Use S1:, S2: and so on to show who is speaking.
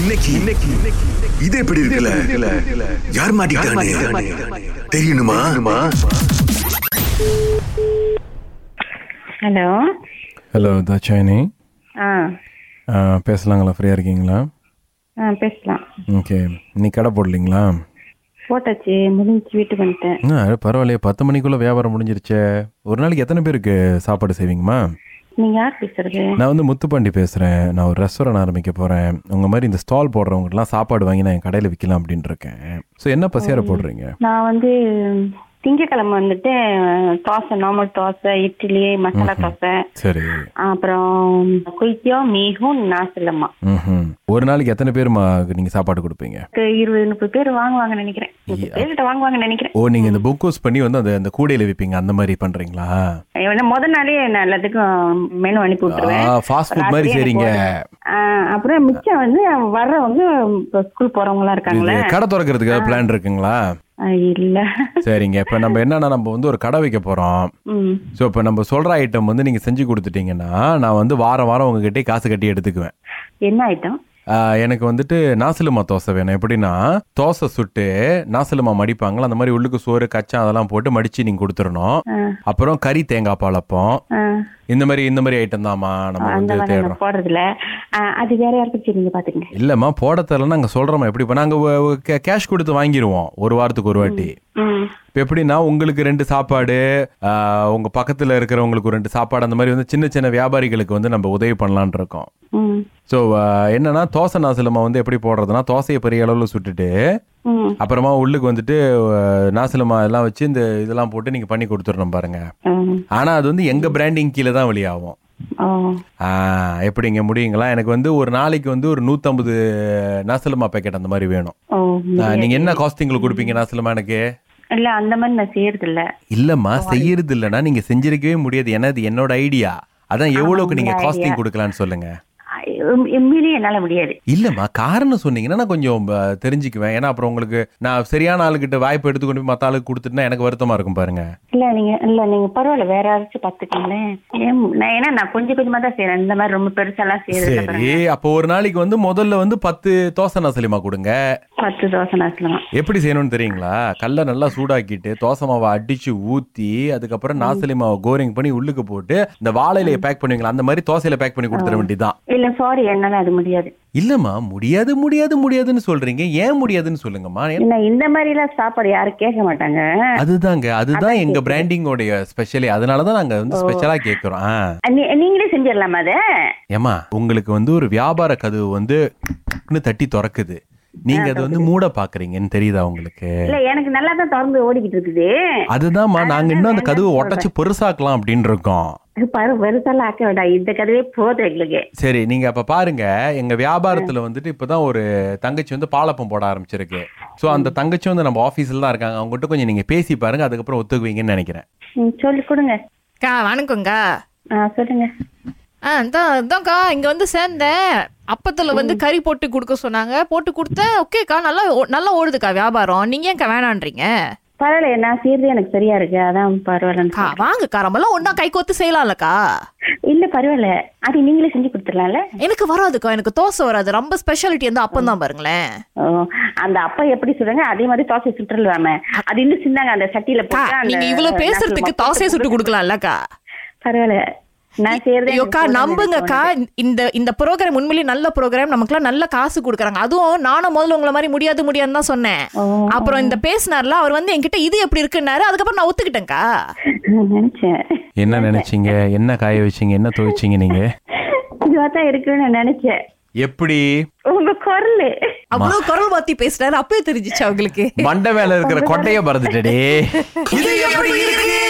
S1: இன்னைக்கு இன்னைக்கு இன்னைக்கு- இது எப்படி இருக்குல்ல யார் மாட்டிக்கிட்டானே தெரியணுமா
S2: ஹலோ
S3: ஹலோ தாட்சாயினி
S2: ஆ
S3: ஆ, பேசலாங்களா ஃப்ரீயாக இருக்கீங்களா
S2: ஆ பேசலாம்
S3: ஓகே நீ கடை போடலீங்களா
S2: போட்டாச்சு முடிஞ்சு வீட்டுக்கு வந்துட்டேன்
S3: ஆ பரவாயில்லையே பத்து மணிக்குள்ளே வியாபாரம் முடிஞ்சிருச்சே ஒரு நாளைக்கு எத்தனை பேருக்கு சாப்பாடு செய்வீங்கம்மா
S2: நீங்கள் யார் பேசுறது
S3: நான் வந்து முத்துப்பாண்டி பேசுகிறேன் நான் ஒரு ரெஸ்டாரண்ட் ஆரம்பிக்க போகிறேன் உங்கள் மாதிரி இந்த ஸ்டால் போடுறவங்கலாம் சாப்பாடு வாங்கி நான் என் கடையில் விற்கலாம் அப்படின்னு இருக்கேன் ஸோ என்ன பசியார போடுறீங்க
S2: நான் வந்து திங்கக்கிழமை வந்துட்டு தோசை நார்மல் தோசை இட்லி மசாலா தோசை
S3: சரி
S2: அப்புறம் குயிக்கியோ மீகும் நாசிலம்மா
S3: ம் ஒரு நாளைக்கு எத்தனை பேருமா நீங்கள் சாப்பாடு கொடுப்பீங்க
S2: இருபது முப்பது பேர் வாங்குவாங்க நினைக்கிறேன் முப்பது பேர்கிட்ட வாங்குவாங்க நினைக்கிறேன்
S3: ஓ நீங்கள் இந்த புக்கோஸ் பண்ணி வந்து அந்த அந்த கூடையில் விற்பீங்க அந்த மாதிரி பண்ணுறீங்களா
S2: ஏன்னா முத நாளே நான் எல்லாத்துக்கும் மெனு அனுப்பி விட்டுருவேன்
S3: ஆ, fast food மாதிரி
S2: ராத்திரி
S3: செய்றீங்க.
S2: எனக்கு ஒரு- ஆ, அப்புறம் மிச்சம் வந்து வர்றவங்க ஸ்கூல் போறவங்களா இருக்காங்களே
S3: இது கடை திறக்கிறதுக்கு பிளான் இருக்குங்களா
S2: ஆ, இல்ல
S3: சரிங்க இப்போ நம்ம என்னன்னா நம்ம வந்து ஒரு கடை வைக்க போகிறோம்
S2: ம்
S3: ஸோ இப்போ நம்ம சொல்கிற ஐட்டம் வந்து நீங்கள் செஞ்சு கொடுத்துட்டீங்கன்னா நான் வந்து வாரம் வாரம் உங்ககிட்டயே காசு கட்டி எடுத்துக்குவேன்
S2: என்ன ஐட்டம்
S3: ஆஹ், எனக்கு வந்துட்டு நாசிலுமா தோசை வேணும் எப்படின்னா தோசை சுட்டு நாசிலுமா மடிப்பாங்களா அந்த மாதிரி உள்ளுக்கு சோறு கச்சான் அதெல்லாம் போட்டு மடித்து நீங்கள் கொடுத்துடணும் அப்புறம் கறி தேங்காய் பாலப்பம்
S2: ஆ,
S3: இந்த மாதிரி இந்த மாதிரி ஐட்டம் தாம்மா நம்ம
S2: அந்த
S3: வந்து
S2: மாதிரி
S3: தேடுறோம்
S2: நான் போடுறதுல ஆ, அது வேற யாருக்கும் தெரிஞ்சு பாத்துக்கங்க
S3: இல்லைம்மா போட தரலன்னா நாங்கள் சொல்கிறோம்மா எப்படி இப்போ நாங்கள் கேஷ் கொடுத்து வாங்கிடுவோம் ஒரு வாரத்துக்கு ஒரு வாட்டி
S2: ம்
S3: இப்போ எப்படின்னா உங்களுக்கு ரெண்டு சாப்பாடு ஆஹ், உங்க பக்கத்துல இருக்கிறவங்களுக்கு ஒரு ரெண்டு சாப்பாடு அந்த மாதிரி வந்து சின்ன சின்ன வியாபாரிகளுக்கு வந்து நம்ம உதவி பண்ணலாம்னு இருக்கோம்
S2: ம்
S3: ஸோ என்னன்னா தோசை நாசிலமா வந்து எப்படி போடுறதுன்னா தோசையை பெரிய அளவில் சுட்டுட்டு
S2: ம்
S3: அப்புறமா உள்ளுக்கு வந்துட்டு ஆஹ், நாசிலமா எல்லாம் வச்சு இந்த இதெல்லாம் போட்டு நீங்க பண்ணி கொடுத்துடணும் பாருங்க
S2: ம்.
S3: ஆனா அது வந்து எங்க பிராண்டிங் கீழே தான் வெளியாகும்
S2: ஓ
S3: ஆஹ், எப்படிங்க முடியுங்களா எனக்கு வந்து ஒரு நாளைக்கு வந்து ஒரு நூற்றம்பது நாசிலமா பேக்கெட் அந்த மாதிரி வேணும்
S2: ஓ
S3: ஆஹ், நீங்க என்ன காஸ்டிங்களுக்கு கொடுப்பீங்க நாசிலமா எனக்கு
S2: இல்ல அந்த மாதிரி நான் செய்யறது இல்ல
S3: இல்லம்மா செய்யறது இல்லைன்னா நீங்க செஞ்சிருக்கவே முடியாது ஏன்னா இது என்னோட ஐடியா அதான் எவ்வளவுக்கு நீங்க காஸ்டிங் கொடுக்கலாம்னு சொல்லுங்க
S2: எம்மிலே என்னால முடியாது
S3: இல்லம்மா காரணம் சொன்னீங்கன்னா நான் கொஞ்சம் ஆ, தெரிஞ்சுக்குவேன் ஏன்னா அப்புறம் உங்களுக்கு நான் சரியான ஆளுகிட்ட வாய்ப்பு எடுத்து கொண்டு போய் மற்ற ஆளுக்கு கொடுத்துட்டுனா எனக்கு வருத்தமா இருக்கும் பாருங்க
S2: இல்ல நீங்க இல்ல நீங்க பரவாயில்ல வேற யாராச்சும் பாத்துக்கீங்களேன் ஏன், நான் ஏன்னா நான் கொஞ்சம் கொஞ்சமா தான் செய்யறேன் இந்த மாதிரி ரொம்ப பெருசாலாம் செய்யறது இல்ல
S3: சரி அப்போ ஒரு நாளைக்கு வந்து முதல்ல வந்து பத்து தோசை நசலிமா கொடுங்க
S2: பத்து தோசை நான் சொல்லலாம்
S3: எப்படி செய்யணும்னு தெரியுங்களா கல்லை நல்லா சூடாக்கிட்டு தோசை மாவை அடிச்சு ஊத்தி அதுக்கப்புறம் நாசலி மாவை கோரிங் பண்ணி உள்ளுக்கு போட்டு இந்த வாழையில பேக் பண்ணுவீங்களா அந்த மாதிரி தோசையில பேக் பண்ணி கொடுத்துட வேண்டியதுதான்
S2: இல்ல சாரி என்னால அது முடியாது
S3: இல்லம்மா முடியாது முடியாது முடியாதுன்னு சொல்றீங்க ஏன் முடியாதுன்னு சொல்லுங்கம்மா ஏன்-
S2: ஏன்னா இந்த மாதிரி எல்லாம் சாப்பாடு யாரும் கேட்க மாட்டாங்க
S3: அதுதாங்க அதுதான் எங்க பிராண்டிங்கோடைய ஸ்பெஷலி அதனாலதான் நாங்க வந்து ஸ்பெஷலா கேக்குறோம் ஆ.
S2: நீ- நீங்களே செஞ்சிடலாமா அதை
S3: ஏம்மா உங்களுக்கு வந்து ஒரு வியாபார கதவு வந்து ன்னு தட்டி திறக்குது நீங்க அதை வந்து மூட பாக்குறீங்கன்னு தெரியுதா உங்களுக்கு
S2: இல்ல எனக்கு நல்லா தான் தொடர்ந்து ஓடிக்கிட்டு இருக்குது
S3: அதுதான்மா நாங்க இன்னும் அந்த கதவை உடைச்சு பெருசாக்கலாம் அப்படின்னு இருக்கோம்
S2: அது பரு பெருசாலாம் ஆக்க வேண்டாம் இந்த கதவே போதும் எங்களுக்கு
S3: சரி நீங்க அப்ப பாருங்க எங்க வியாபாரத்துல வந்துட்டு இப்பதான் ஒரு தங்கச்சி வந்து பாலப்பம் போட ஆரம்பிச்சிருக்கு சோ அந்த தங்கச்சி வந்து நம்ம ஆபீஸ்ல தான் இருக்காங்க அவங்ககிட்ட கொஞ்சம் நீங்க பேசி பாருங்க அதுக்கப்புறம் ஒத்துக்குவீங்கன்னு நினைக்கிறேன்
S2: ம், சொல்லி கொடுங்க
S4: அக்கா வணக்கங்கக்கா
S2: ஆ சொல்லுங்க
S4: ஆ இதான் இதான்க்கா இங்கே வந்து சேர்ந்தேன் அப்பத்தில் வந்து கறி போட்டு கொடுக்க சொன்னாங்க போட்டு கொடுத்தேன் ஓகேக்கா நல்லா ஓ- நல்லா ஓடுதுக்கா வியாபாரம் நீங்கள் ஏன்க்கா வேணான்றீங்க
S2: பரவாயில்ல நான் செய்யறது எனக்கு சரியா இருக்கு அதான் பரவாயில்லன்னு
S4: அக்கா வாங்கக்கா நம்மளாம் ஒன்றா கை கோத்து செய்யலாம்லக்கா
S2: இல்ல பரவாயில்ல அது நீங்களே செஞ்சு கொடுத்துடலாம்ல
S4: எனக்கு வராதுக்கா எனக்கு தோசை வராது ரொம்ப ஸ்பெஷாலிட்டி வந்து அப்பம் தான் பாருங்களேன்
S2: ஓ, அந்த அப்பா எப்படி சொல்றாங்க அதே மாதிரி தோசை சுட்டுலாமே அது இன்னும் சின்னாங்க அந்த சட்டியில
S4: அக்கா
S2: போட்டு அந்த
S4: நீங்கள் இவ்வளோ
S2: நாக்குல
S4: பேசுறதுக்கு
S2: மொத்தம்
S4: தோசையை சுட்டு கொடுக்கலாம்லக்கா
S2: பரவாயில்ல நான் செய்யறதே
S4: ஐயோக்கா நம்புங்கக்கா இந்த இந்த ப்ரோக்ராம் உண்மையிலேயே நல்ல ப்ரோக்ராம் நமக்குலாம் நல்ல காசு கொடுக்குறாங்க அதுவும் நானும் முதல்ல உங்களை மாதிரி முடியாது முடியாதுன்னு தான் சொன்னேன்
S2: ஓ.
S4: அப்புறம் இந்த பேசினார்ல அவர் வந்து என்கிட்ட இது எப்படி இருக்குன்னாரு அதுக்கப்புறம் நான் ஒத்துக்கிட்டேன்க்கா
S2: நான் நினைச்சேன்
S3: என்ன நினைச்சீங்க என்ன காய வச்சீங்க என்ன துவைச்சீங்க நீங்க
S2: இதுவா தான் இருக்குன்னு நான் நினைச்சேன்
S3: எப்படி
S2: உங்க குரல்
S4: அவ்வளவு குரல் மாத்தி பேசினாரு அப்பவே தெரிஞ்சிச்சு அவங்களுக்கு
S3: மண்டை மேல இருக்கிற கொட்டைய பறந்துட்டடி இது எப்படி இருக்கு